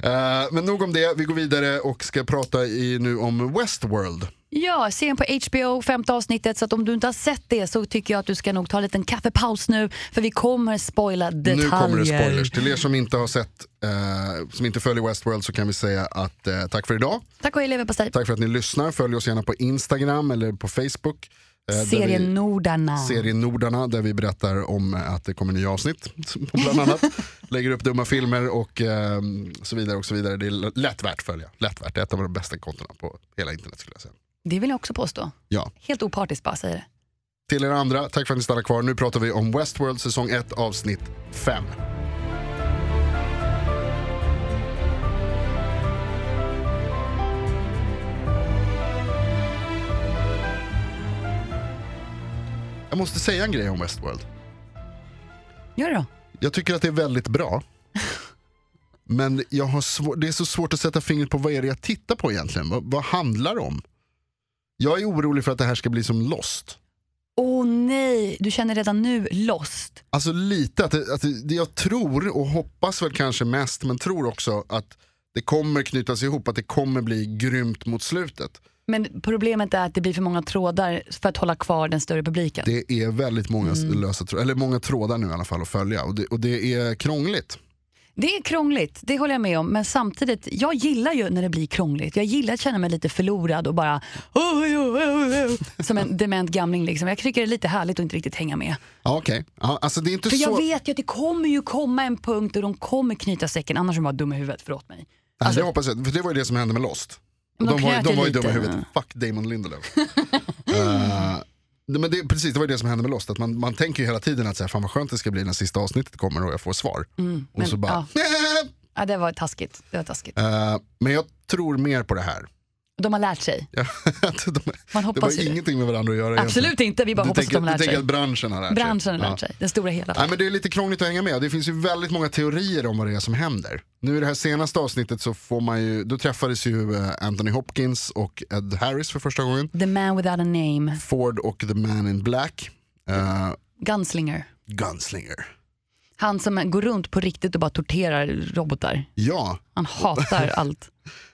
Speaker 1: Eh, uh, men nog om det. Vi går vidare och ska prata i, nu om Westworld.
Speaker 2: Ja, serien på HBO, femte avsnittet. Så att om du inte har sett det så tycker jag att du ska nog ta en liten kaffepaus nu för vi kommer spoila detaljer.
Speaker 1: Nu kommer det spoilers. Till er som inte har sett, eh, som inte följer Westworld så kan vi säga att eh, tack för idag.
Speaker 2: Tack och hej leverpastej.
Speaker 1: Tack för att ni lyssnar. Följ oss gärna på Instagram eller på Facebook. eh, där vi-
Speaker 2: Serienordarna.
Speaker 1: serien Nordarna där vi berättar om att det kommer nya avsnitt. Bland annat. Lägger upp dumma filmer och eh, så vidare. och så vidare. Det är lätt värt att följa. Lätt värt. Det är ett av de bästa kontona på hela internet skulle jag säga.
Speaker 2: Det vill jag också påstå.
Speaker 1: Ja.
Speaker 2: Helt opartiskt bara säger det.
Speaker 1: Till er andra, tack för att ni stannar kvar. Nu pratar vi om Westworld säsong 1 avsnitt 5. Jag måste säga en grej om Westworld.
Speaker 2: Gör det då.
Speaker 1: Jag tycker att det är väldigt bra. Men jag har svår, det är så svårt att sätta fingret på vad är det jag tittar på egentligen. Vad, vad handlar det om? Jag är orolig för att det här ska bli som Lost.
Speaker 2: Åh nej, du känner redan nu lost.
Speaker 1: Alltså lite, att, det- att det, det jag tror och hoppas väl kanske mest, men tror också att det kommer knytas ihop, att det kommer bli grymt mot slutet.
Speaker 2: Men problemet är att det blir för många trådar för att hålla kvar den större publiken.
Speaker 1: Det är väldigt många,
Speaker 2: Mm.
Speaker 1: lösa, trådar- eller många trådar nu i alla fall att följa och det, och det är krångligt.
Speaker 2: Det är krångligt, det håller jag med om. Men samtidigt, jag gillar ju när det blir krångligt. Jag gillar att känna mig lite förlorad och bara "Oj, oj, oj, oj", som en dement gamling. Liksom. Jag tycker det är lite härligt att inte riktigt hänga med.
Speaker 1: Ja, Okej, ja, alltså det är inte
Speaker 2: För jag
Speaker 1: så...
Speaker 2: vet ju att det kommer ju komma en punkt då de kommer knyta säcken. Annars är de bara dumma i huvudet, förlåt mig.
Speaker 1: Nej, Alltså, jag hoppas att, för det var ju det som hände med Lost. Och
Speaker 2: Alltså- Men
Speaker 1: de,
Speaker 2: de
Speaker 1: var, ju-
Speaker 2: knöt
Speaker 1: de
Speaker 2: ju
Speaker 1: var ju dumma
Speaker 2: lite.
Speaker 1: i huvudet. Fuck Damon
Speaker 2: *laughs*
Speaker 1: Lindelöf. Eh, nej, men det, precis, det var ju det som hände med Lost. Att man, man tänker ju hela tiden att så här, fan vad skönt det ska bli när sista avsnittet kommer och jag får svar. och
Speaker 2: Mm, men,
Speaker 1: så bara...
Speaker 2: Ja, det var taskigt. Det var taskigt.
Speaker 1: Eh, men jag tror mer på det här.
Speaker 2: De har lärt sig.
Speaker 1: Ja, att *laughs* de,
Speaker 2: Man
Speaker 1: det
Speaker 2: hoppas
Speaker 1: var
Speaker 2: ju det.
Speaker 1: ingenting med varandra att göra
Speaker 2: Absolut inte, vi bara
Speaker 1: Du
Speaker 2: hoppas
Speaker 1: tänker,
Speaker 2: att de
Speaker 1: du
Speaker 2: har lärt
Speaker 1: tänker
Speaker 2: sig.
Speaker 1: att branschen har lärt sig.
Speaker 2: Branschen har
Speaker 1: Ja.
Speaker 2: lärt sig, den stora hela.
Speaker 1: Nej, men det är lite krångligt att hänga med. Det finns ju väldigt många teorier om vad det är som händer. Nu i det här senaste avsnittet så får man ju, då träffades ju eh, Anthony Hopkins och Ed Harris för första gången.
Speaker 2: The man without a name,
Speaker 1: Ford och The Man in Black. Eh,
Speaker 2: Gunslinger.
Speaker 1: Gunslinger.
Speaker 2: Han som går runt på riktigt och bara torterar robotar.
Speaker 1: Ja, *laughs*
Speaker 2: Han hatar allt.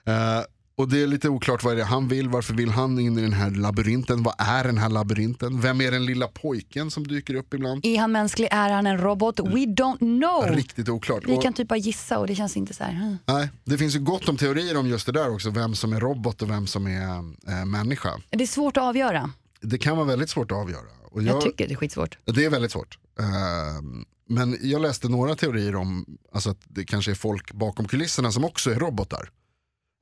Speaker 1: eh, och det är lite oklart vad det är han vill. Varför vill han in i den här labyrinten? Vad är den här labyrinten? Vem är den lilla pojken som dyker upp ibland?
Speaker 2: Är han mänsklig? Är han en robot? We don't know.
Speaker 1: Riktigt oklart.
Speaker 2: Vi
Speaker 1: Mm. Och-
Speaker 2: kan typ bara gissa och det känns inte så här. hmm.
Speaker 1: Nej, det finns ju gott om teorier om just det där också, vem som är robot och vem som är eh, människa.
Speaker 2: Det är svårt att avgöra.
Speaker 1: Det kan vara väldigt svårt att avgöra. Och
Speaker 2: Jag
Speaker 1: jag,
Speaker 2: tycker det är skitsvårt.
Speaker 1: det är väldigt svårt. Ehm, men jag läste några teorier om alltså att det kanske är folk bakom kulisserna som också är robotar.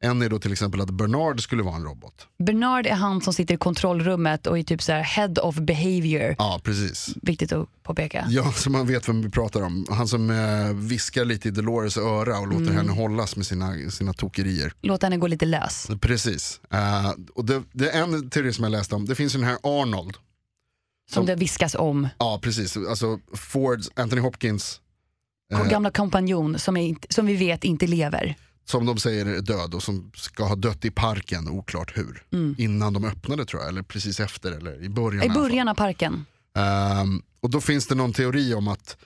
Speaker 1: En är då till exempel att Bernard skulle vara en robot.
Speaker 2: Bernard är han som sitter i kontrollrummet och är typ så här head of behavior.
Speaker 1: Ja, precis.
Speaker 2: Viktigt att påpeka.
Speaker 1: Ja, *laughs* så man vet vem vi pratar om. Han som eh, viskar lite i Dolores öra och låter henne hållas med sina, sina tokerier.
Speaker 2: Låt henne gå lite lös.
Speaker 1: Precis. Eh, och det, det är en teori som jag läste om. Det finns ju den här Arnold.
Speaker 2: Som det viskas om.
Speaker 1: Ja, precis. Alltså Fords, Anthony Hopkins, eh,
Speaker 2: Vår Gamla kompanjon som, är, inte- som vi vet inte lever.
Speaker 1: som de säger är död och som ska ha dött i parken, oklart hur. Innan de öppnade tror jag, eller precis efter, eller i början.
Speaker 2: Mm. I
Speaker 1: alla fall.
Speaker 2: början av parken.
Speaker 1: Ehm, och då finns det någon teori om att,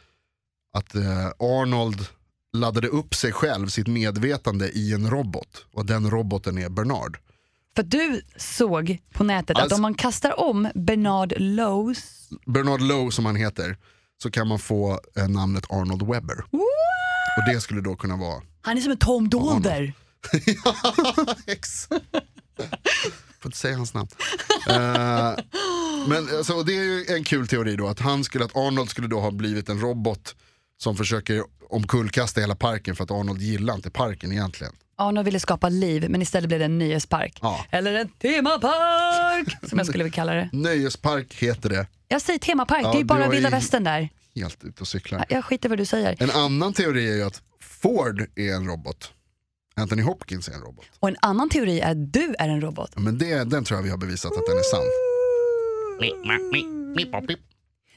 Speaker 1: att eh, Arnold laddade upp sig själv, sitt medvetande i en robot. Och den roboten är Bernard.
Speaker 2: För att du såg på nätet att
Speaker 1: Alltså-
Speaker 2: om man kastar om Bernard Lowe's.
Speaker 1: Bernard Lowe som han heter, så kan man få eh, namnet Arnold Webber. Och det skulle då kunna vara
Speaker 2: Han är som en Tom Dolder.
Speaker 1: Exakt. *laughs* Får inte säga hans namn. Eh, men alltså, det är ju en kul teori då, att, han skulle, att Arnold skulle då ha blivit en robot som försöker omkullkasta hela parken för att Arnold gillar inte parken egentligen.
Speaker 2: Arnold ville skapa liv men istället blev det en nöjespark.
Speaker 1: Ja.
Speaker 2: Eller en temapark som jag skulle vilja kalla det.
Speaker 1: Nöjespark heter det,
Speaker 2: Jag säger temapark,
Speaker 1: Ja,
Speaker 2: det är ju
Speaker 1: du
Speaker 2: bara
Speaker 1: har ju-
Speaker 2: vilda västern där.
Speaker 1: helt ute och cyklar.
Speaker 2: Ja, Jag skiter vad du säger.
Speaker 1: En annan teori är ju att Ford är en robot. Anthony Hopkins är en robot.
Speaker 2: Och en annan teori är att du är en robot.
Speaker 1: Men det, den tror jag vi har bevisat att den är sann.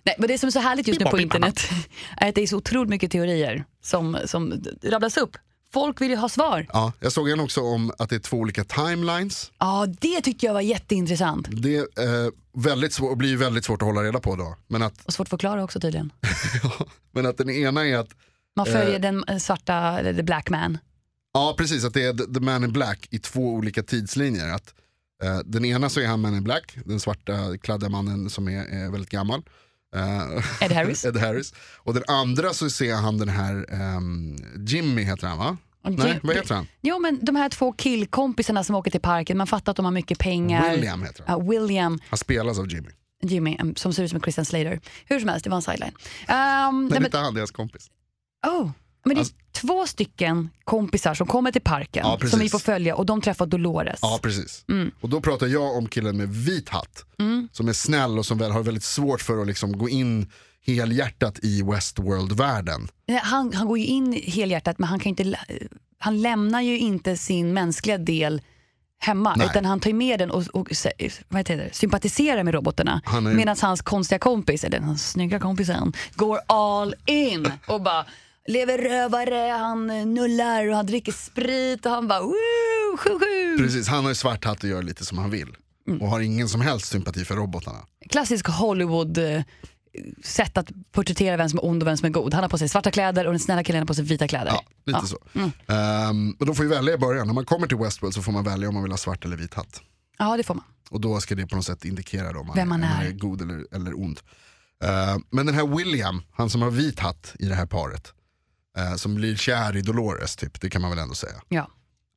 Speaker 2: Nej, men det som är så härligt just nu på internet *laughs* är att det är så otroligt mycket teorier som, som rabblas upp. Folk vill ju ha svar.
Speaker 1: Ja, jag såg en också om att det är två olika timelines.
Speaker 2: Ja, det tyckte jag var jätteintressant.
Speaker 1: Det är, eh, väldigt svår, blir ju väldigt svårt att hålla reda på då. Men att,
Speaker 2: Och svårt att förklara också tydligen.
Speaker 1: men att den ena är att,
Speaker 2: Man följer den eh, svarta, eller the black man.
Speaker 1: ja precis, att det är The Man in Black i två olika tidslinjer. Att Eh, Den ena så är han Man in Black, den svarta kladdiga mannen som är, är väldigt gammal. Eh, *laughs*
Speaker 2: Ed Harris.
Speaker 1: Ed Harris. Och den andra så ser han den här ehm, Jimmy heter han va?
Speaker 2: Jim-
Speaker 1: Nej, vad heter han?
Speaker 2: Jo men de här två killkompisarna som åker till parken, man fattar att de har mycket pengar.
Speaker 1: William heter han.
Speaker 2: Ja, William,
Speaker 1: Han spelas av Jimmy.
Speaker 2: Jimmy, um, som ser ut som en Christian Slater. Hur som helst, det var en sideline. Um,
Speaker 1: Nej,
Speaker 2: nej, men,
Speaker 1: inte han, deras kompis.
Speaker 2: oh, men det är
Speaker 1: Alltså-
Speaker 2: två stycken kompisar som kommer till parken
Speaker 1: Ja, precis.
Speaker 2: som vi får följa och de träffar Dolores.
Speaker 1: Ja, precis.
Speaker 2: mm.
Speaker 1: Och då pratar jag om killen med vit hatt. Som är snäll och som väl har väldigt svårt för att liksom gå in helhjärtat i Westworld-världen.
Speaker 2: Nej, Eh, Han, han går ju in helhjärtat men han, kan ju inte, lä- han lämnar ju inte sin mänskliga del hemma
Speaker 1: Nej.
Speaker 2: utan han tar ju med den och, och sä- vad heter det, sympatiserar med robotarna
Speaker 1: Han är ju-
Speaker 2: medan hans konstiga kompis, eller hans snygga kompisen, går all in och bara lever rövare, han eh, nullar och han dricker sprit och han bara woo, sju, sju.
Speaker 1: Precis, han har ju svart hatt och gör lite som han vill.
Speaker 2: Mm.
Speaker 1: Och har ingen som helst sympati för robotarna.
Speaker 2: Klassisk Hollywood eh, sätt att porträttera vem som är ond och vem som är god. Han har på sig svarta kläder och den snälla killen har på sig vita kläder.
Speaker 1: Ja, lite så.
Speaker 2: Mm.
Speaker 1: Ehm, och de får ju välja i början. När man kommer till Westworld så får man välja om man vill ha svart eller vit hatt.
Speaker 2: ja det får man.
Speaker 1: Och då ska det på något sätt indikera då om man,
Speaker 2: Vem man
Speaker 1: om
Speaker 2: är.
Speaker 1: god eller, eller ond. Eh, men den här William, han som har vit hatt i det här paret, eh, som blir kär i Dolores, typ, det kan man väl ändå säga.
Speaker 2: Ja.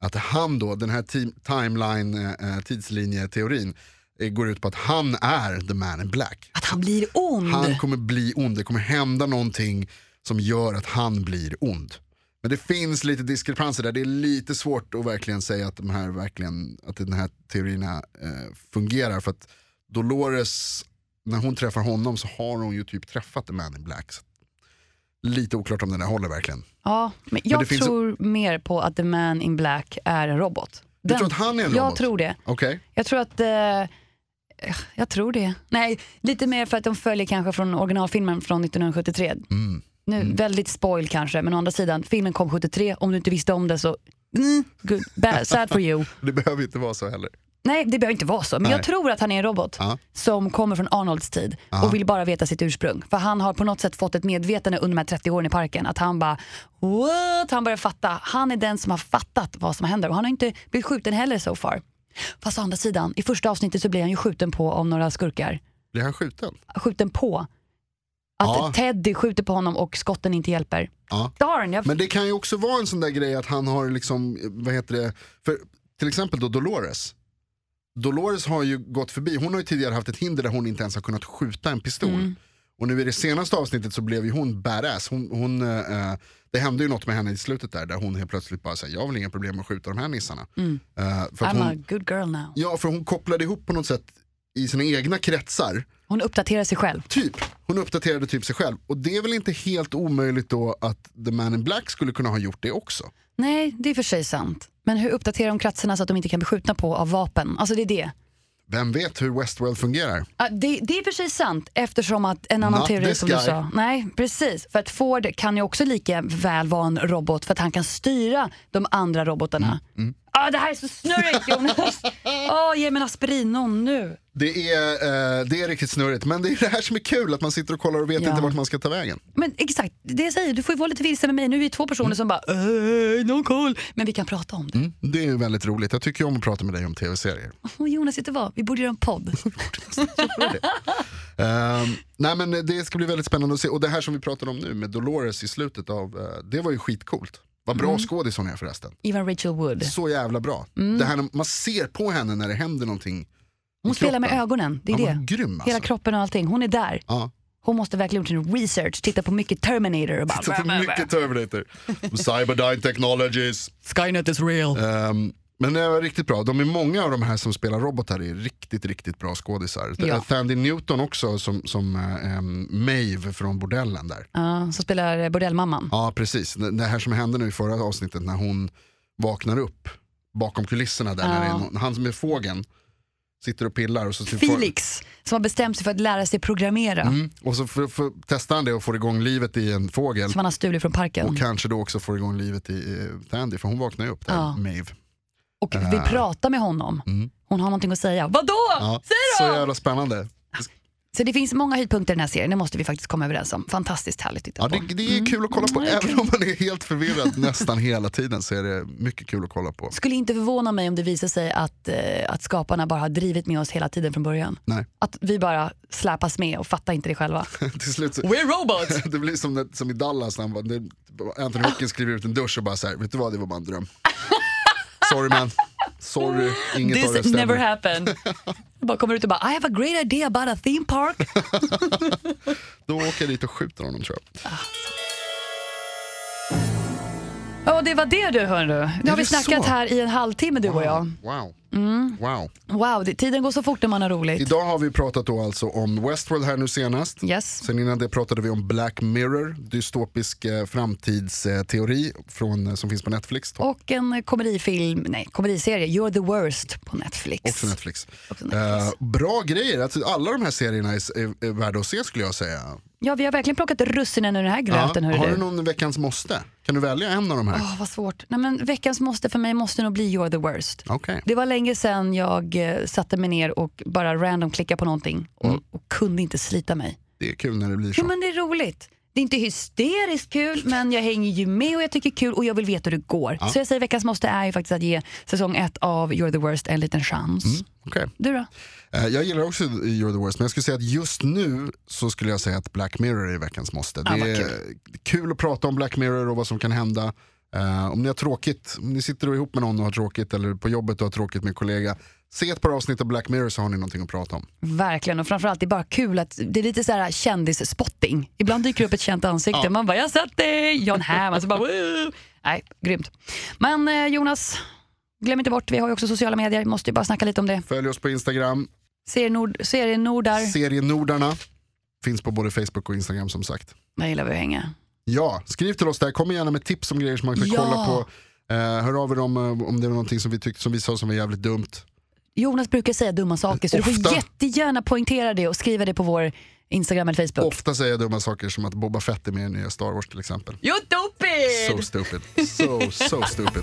Speaker 1: Att han då, den här ti- timeline, eh, eh, tidslinjeteorin, eh, går ut på att han är the man in black.
Speaker 2: Att han blir ond.
Speaker 1: Han kommer bli ond, det kommer hända någonting som gör att han blir ond. Men det finns lite diskrepanser där, det är lite svårt att verkligen säga att, de här verkligen, att den här teorierna eh, fungerar. För att Dolores, när hon träffar honom så har hon ju typ träffat The Man in Black. Så lite oklart om den här håller verkligen.
Speaker 2: Ja, men jag
Speaker 1: det finns-
Speaker 2: tror mer på att The Man in Black är en robot. Den-
Speaker 1: tror att han är en
Speaker 2: jag
Speaker 1: robot?
Speaker 2: tror det.
Speaker 1: Okej,
Speaker 2: Jag tror att... Eh, jag tror det. Nej, lite mer för att de följer kanske från originalfilmen från 1973.
Speaker 1: Mm.
Speaker 2: Nu, Väldigt spoil kanske, men å andra sidan, filmen kom 73. Om du inte visste om det så... Mm, good, bad, sad for you.
Speaker 1: det behöver inte vara så heller.
Speaker 2: Nej, det behöver inte vara så. Men
Speaker 1: Nej.
Speaker 2: jag tror att han är en robot
Speaker 1: Ja.
Speaker 2: som kommer från Arnolds tid och vill bara veta sitt ursprung. För han har på något sätt fått ett medvetande under de här 30 åren i parken. Att han bara, what? Han börjar fatta. Han är den som har fattat vad som händer. Och han har inte blivit skjuten heller so far. Fast å andra sidan, i första avsnittet så blir han ju skjuten på av några skurkar.
Speaker 1: Blir han skjuten?
Speaker 2: Skjuten på. Att
Speaker 1: Ja.
Speaker 2: Teddy skjuter på honom och skotten inte hjälper.
Speaker 1: Ja.
Speaker 2: Darn, jag...
Speaker 1: Men det kan ju också vara en sån där grej att han har liksom, eh, vad heter det, för till exempel då Dolores. Dolores har ju gått förbi, hon har ju tidigare haft ett hinder där hon inte ens har kunnat skjuta en pistol. Och nu i det senaste avsnittet så blev ju hon badass. Hon, hon, eh, eh, det hände ju något med henne i slutet där, där hon helt plötsligt bara säger jag har väl inga problem med att skjuta de här nissarna. Eh, för, att
Speaker 2: I'm a
Speaker 1: hon,
Speaker 2: good girl now.
Speaker 1: ja, för hon kopplade ihop på något sätt i sina egna kretsar
Speaker 2: Hon uppdaterar sig själv.
Speaker 1: Typ. Hon uppdaterade typ sig själv. Och det är väl inte helt omöjligt då att The Man in Black skulle kunna ha gjort det också.
Speaker 2: Nej, det är för sig sant. Men hur uppdaterar de kratserna så att de inte kan bli skjutna på av vapen? Alltså det är det.
Speaker 1: Vem vet hur Westworld fungerar?
Speaker 2: Ja, det, det är för sig sant eftersom att en annan
Speaker 1: Not
Speaker 2: teori
Speaker 1: this
Speaker 2: som
Speaker 1: guy.
Speaker 2: du sa. Nej, precis. För att Ford kan ju också lika väl vara en robot för att han kan styra de andra robotarna.
Speaker 1: Mm,
Speaker 2: Ah, det här är så
Speaker 1: *laughs*
Speaker 2: snurrigt Jonas! Åh, ge mig en Aspirinon nu.
Speaker 1: Det är, eh, det är riktigt snurrigt, men det är det här som är kul, att man sitter och kollar och vet
Speaker 2: Ja.
Speaker 1: inte vart man ska ta vägen.
Speaker 2: Men exakt, det jag säger, du får ju vara lite vilsen med mig. Nu är vi två personer som bara "Äh, no cool. Men vi kan prata om det.
Speaker 1: Mm. Det är ju väldigt roligt, jag tycker ju om att prata med dig om tv-serier.
Speaker 2: Åh, Jonas, vet du vad? Vi borde göra
Speaker 1: *laughs*
Speaker 2: en podd.
Speaker 1: Ehm, nej men det ska bli väldigt spännande att se, och det här som vi pratade om nu med Dolores i slutet av, eh, det var ju skitcoolt. Vad
Speaker 2: Mm.
Speaker 1: bra skådis hon är förresten.
Speaker 2: Even Rachel Wood.
Speaker 1: Så jävla bra. Det här, när man ser på henne när det händer någonting. i
Speaker 2: Mm. Hon spelar med
Speaker 1: kroppen.
Speaker 2: ögonen, det är
Speaker 1: Ja,
Speaker 2: det.
Speaker 1: vad grym alltså.
Speaker 2: Hela kroppen och allting, hon är där.
Speaker 1: Ja.
Speaker 2: Hon måste verkligen gjort sin research, titta på mycket Terminator
Speaker 1: *laughs*
Speaker 2: och bara...
Speaker 1: Så för mycket Terminator. Cyberdyne Technologies.
Speaker 2: Skynet is real.
Speaker 1: Ehm, men det var riktigt bra. De är många av de här som spelar robotar är riktigt, riktigt bra skådisar. Eh,
Speaker 2: Ja.
Speaker 1: Thandie Newton också som, som eh, em, Maeve från bordellen där.
Speaker 2: Ja, som spelar eh, bordellmamman.
Speaker 1: Ja, precis. Det det här som hände nu i förra avsnittet när hon vaknar upp bakom kulisserna där. När det är
Speaker 2: Ja.
Speaker 1: någon, han som är fågeln sitter och pillar. Och så typ får-
Speaker 2: Felix, som har bestämt sig för att lära sig programmera.
Speaker 1: Mm, och så för, för, testar han det och får igång livet i en fågel.
Speaker 2: Som han har stulit från parken.
Speaker 1: Och
Speaker 2: Och,
Speaker 1: kanske då också får igång livet i, i Tandy, för hon vaknar ju upp där,
Speaker 2: Ja.
Speaker 1: Maeve.
Speaker 2: vi pratar med honom. Hon har någonting att säga. Vadå?
Speaker 1: Mm. Ja,
Speaker 2: Säg
Speaker 1: så
Speaker 2: då!
Speaker 1: jävla spännande.
Speaker 2: Så det finns många höjdpunkter i den här serien, det måste vi faktiskt komma överens om. Fantastiskt härligt att titta
Speaker 1: Ja,
Speaker 2: på.
Speaker 1: det, det är kul att kolla på,
Speaker 2: Mm, det är
Speaker 1: även om man är helt förvirrad *laughs* nästan hela tiden så är det mycket kul att kolla på.
Speaker 2: Skulle inte förvåna mig om det visar sig att, eh, att skaparna bara har drivit med oss hela tiden från början.
Speaker 1: Nej. *laughs*
Speaker 2: Att vi bara släpas med och fattar inte det själva.
Speaker 1: Till slut så,
Speaker 2: We're robots!
Speaker 1: *laughs* det blir som, när- som i Dallas när han bara, det, Anthony Hopkins skriver ut en dusch och bara så här, vet du vad, det var bara en
Speaker 2: *laughs*
Speaker 1: dröm. Sorry man, sorry, inget av det
Speaker 2: This
Speaker 1: stämmer.
Speaker 2: never
Speaker 1: *laughs*
Speaker 2: happened. Jag bara kommer ut och bara I have a great idea about a theme park.
Speaker 1: Då åker jag dit och skjuter honom tror jag.
Speaker 2: Ja, det var det du hörru. Nu har vi
Speaker 1: det
Speaker 2: snackat
Speaker 1: så?
Speaker 2: här i en halvtimme du och jag.
Speaker 1: Wow.
Speaker 2: Mm.
Speaker 1: wow.
Speaker 2: Wow, det, tiden går så fort när man har roligt.
Speaker 1: Idag har vi pratat då alltså om Westworld här nu senast.
Speaker 2: Yes.
Speaker 1: Sen innan det pratade vi om Black Mirror, dystopisk eh, framtidsteori från, eh, som finns på Netflix. Topp.
Speaker 2: Och en komedifilm, nej komediserie, You're the worst på Netflix.
Speaker 1: Också Netflix.
Speaker 2: Också Netflix.
Speaker 1: Eh, bra grejer, alltså, alla de här serierna är, s- är, är värda att se skulle jag säga.
Speaker 2: Ja, vi har verkligen plockat russinen ur den här
Speaker 1: Ja.
Speaker 2: gröten. hörru
Speaker 1: Har
Speaker 2: du.
Speaker 1: du någon veckans måste? Kan du välja en av de här?
Speaker 2: Åh, vad svårt. Nej, men veckans måste för mig måste nog bli You're the worst.
Speaker 1: Okej.
Speaker 2: Det var länge sedan jag eh, satte mig ner och bara random klickade på någonting och,
Speaker 1: Mm.
Speaker 2: och kunde inte slita mig.
Speaker 1: Det är kul när det blir
Speaker 2: Jo
Speaker 1: så.
Speaker 2: men det är roligt. Det är inte hysteriskt kul men jag hänger ju med och jag tycker det är kul och jag vill veta hur det går. Så jag säger veckans måste är ju faktiskt att ge säsong ett av You're the worst en liten chans.
Speaker 1: Okej.
Speaker 2: Du då?
Speaker 1: Eh, Jag gillar också You're the worst, men jag skulle säga att just nu så skulle jag säga att Black Mirror är veckans måste.
Speaker 2: Ah,
Speaker 1: det
Speaker 2: vad
Speaker 1: är kul. att prata om Black Mirror och vad som kan hända. Eh, om ni har tråkigt, om ni sitter ihop med någon och har tråkigt eller på jobbet och har tråkigt med en kollega, se ett par avsnitt av Black Mirror så har ni någonting att prata om.
Speaker 2: Verkligen och framförallt det är bara kul att det är lite så här kändisspotting. Ibland dyker det upp ett känt ansikte man bara “jag har sett dig, John Hamm” och så bara Woo! Nej, grymt. Men eh, Jonas, glöm inte bort, vi har ju också sociala medier, måste ju bara snacka lite om det.
Speaker 1: Följ oss på Instagram,
Speaker 2: Serienord, serienord där,
Speaker 1: Serienordarna finns på både Facebook och Instagram som sagt.
Speaker 2: där gillar vi att hänga.
Speaker 1: Ja, skriv till oss där, kom gärna med tips om grejer som man kan
Speaker 2: Ja.
Speaker 1: kolla på. Eh, hör av er om, eh, om det var någonting som vi tyckte som vi sa som var jävligt dumt.
Speaker 2: Jonas brukar säga dumma saker så du
Speaker 1: Ofta.
Speaker 2: får jättegärna poängtera det och skriva det på vår Instagram eller Facebook.
Speaker 1: Ofta säger jag dumma saker som att Boba Fett är med i nya Star Wars till exempel.
Speaker 2: You're
Speaker 1: So
Speaker 2: stupid!
Speaker 1: stupid. So, so stupid.